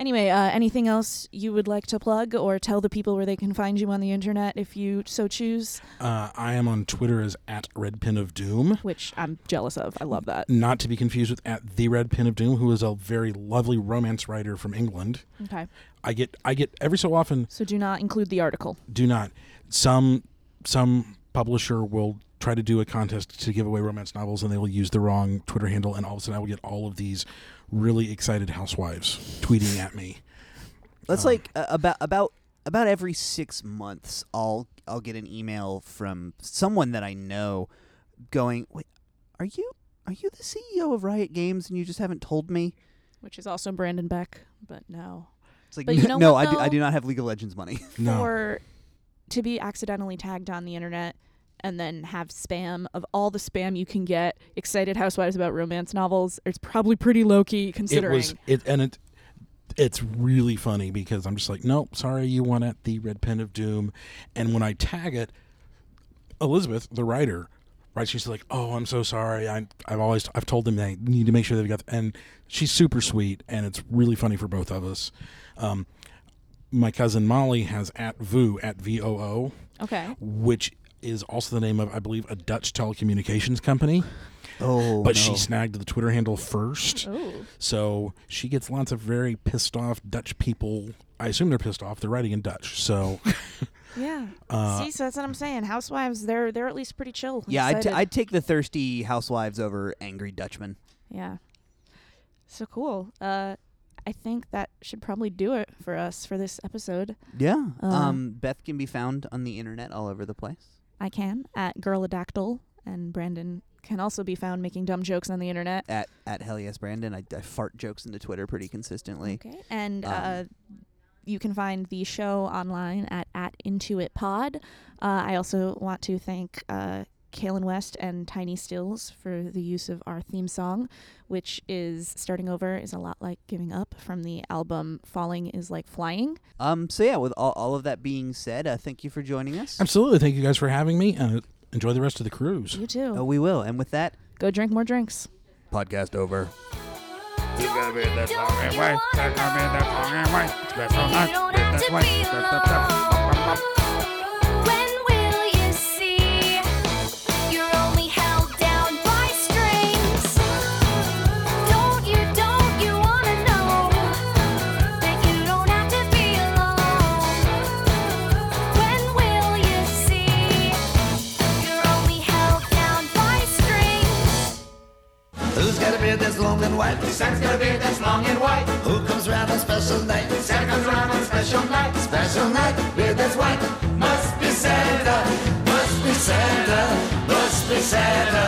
E: Anyway, uh, anything else you would like to plug or tell the people where they can find you on the internet if you so choose?
F: Uh, I am on Twitter as at Red Pin of Doom,
E: Which I'm jealous of. I love
D: Mm.
E: that.
F: not to be confused with at the Red Pin of Doom, who is a very lovely romance writer from England.
E: Okay.
F: I get I get every so often
E: So do not include the article.
F: do not some some publisher will try to do a contest to give away romance novels and they will use the wrong Twitter handle and all of a sudden I will get all of these really excited housewives tweeting at me.
D: That's like uh, about about about every six months, I'll I'll get an email from someone that I know, going, "Wait, are you are you the CEO of Riot Games and you just haven't told me?"
E: Which is also Brandon Beck, but no.
D: It's like,
E: But you know
D: no,
E: what,
D: I do I
E: though?
D: do not have League of Legends money.
F: No.
E: Or to be accidentally tagged on the internet and then have spam of all the spam you can get, excited housewives about romance novels, it's probably pretty low key
F: it
E: considering.
F: was it and it it's really funny because I'm just like, nope, sorry, you won at the Red Pen of Doom, and when I tag it, Elizabeth, the writer, right? She's like, oh, I'm so sorry. I I've always I've told them they need to make sure they've got, and she's super sweet, and it's really funny for both of us. Um, my cousin Molly has at Vu at V O O,
E: okay.
F: which is also the name of, I believe, a Dutch telecommunications company.
D: Oh,
F: But
D: no.
F: she snagged the Twitter handle first. So she gets lots of very pissed off Dutch people. I assume they're pissed off. They're writing in Dutch. So
E: Yeah.
F: Uh,
E: See, so that's what I'm saying. Housewives, they're they're at least pretty chill.
D: yeah, I'd, t-
E: Excited.
D: I'd take the thirsty housewives over angry Dutchmen.
E: yeah. So cool. Uh, I think that should probably do it for us for this episode.
D: Yeah.
E: Uh,
D: um, Beth can be found on the internet all over the place.
E: I can at Girladactyl, and Brandon can also be found making dumb jokes on the internet.
D: At at hell yes Brandon, I, I fart jokes into Twitter pretty consistently.
E: Okay. And
D: Um,
E: uh, you can find the show online at, at IntuitPod. Uh, I also want to thank uh, Kalen West and Tiny Stills for the use of our theme song, which is Starting Over is a lot like Giving Up from the album Falling is Like Flying.
D: Um, so yeah, with all, all of that being said, uh, thank you for joining us.
F: absolutely. Thank you guys for having me. Uh, enjoy the rest of the cruise.
E: You too.
D: Oh, we will. And with that,
E: Go drink more drinks.
D: podcast over.
H: Who's gonna be in that song anyway? Who's gonna be in that song anyway? That's all
C: You
H: nice.
C: don't have
H: That's
C: to
H: why.
C: be
H: That's- that's- that's-
C: alone. When will you see? You're only held down by strings. Don't you, don't you wanna know that you don't have to be alone? When will you see? You're only held down by strings.
I: Who's got a beard that's long and white? Santa's got a beard that's long and white. Who comes round on special night? Santa comes round on special night. Special night, beard that's white. Must be Santa, must be Santa, must be Santa.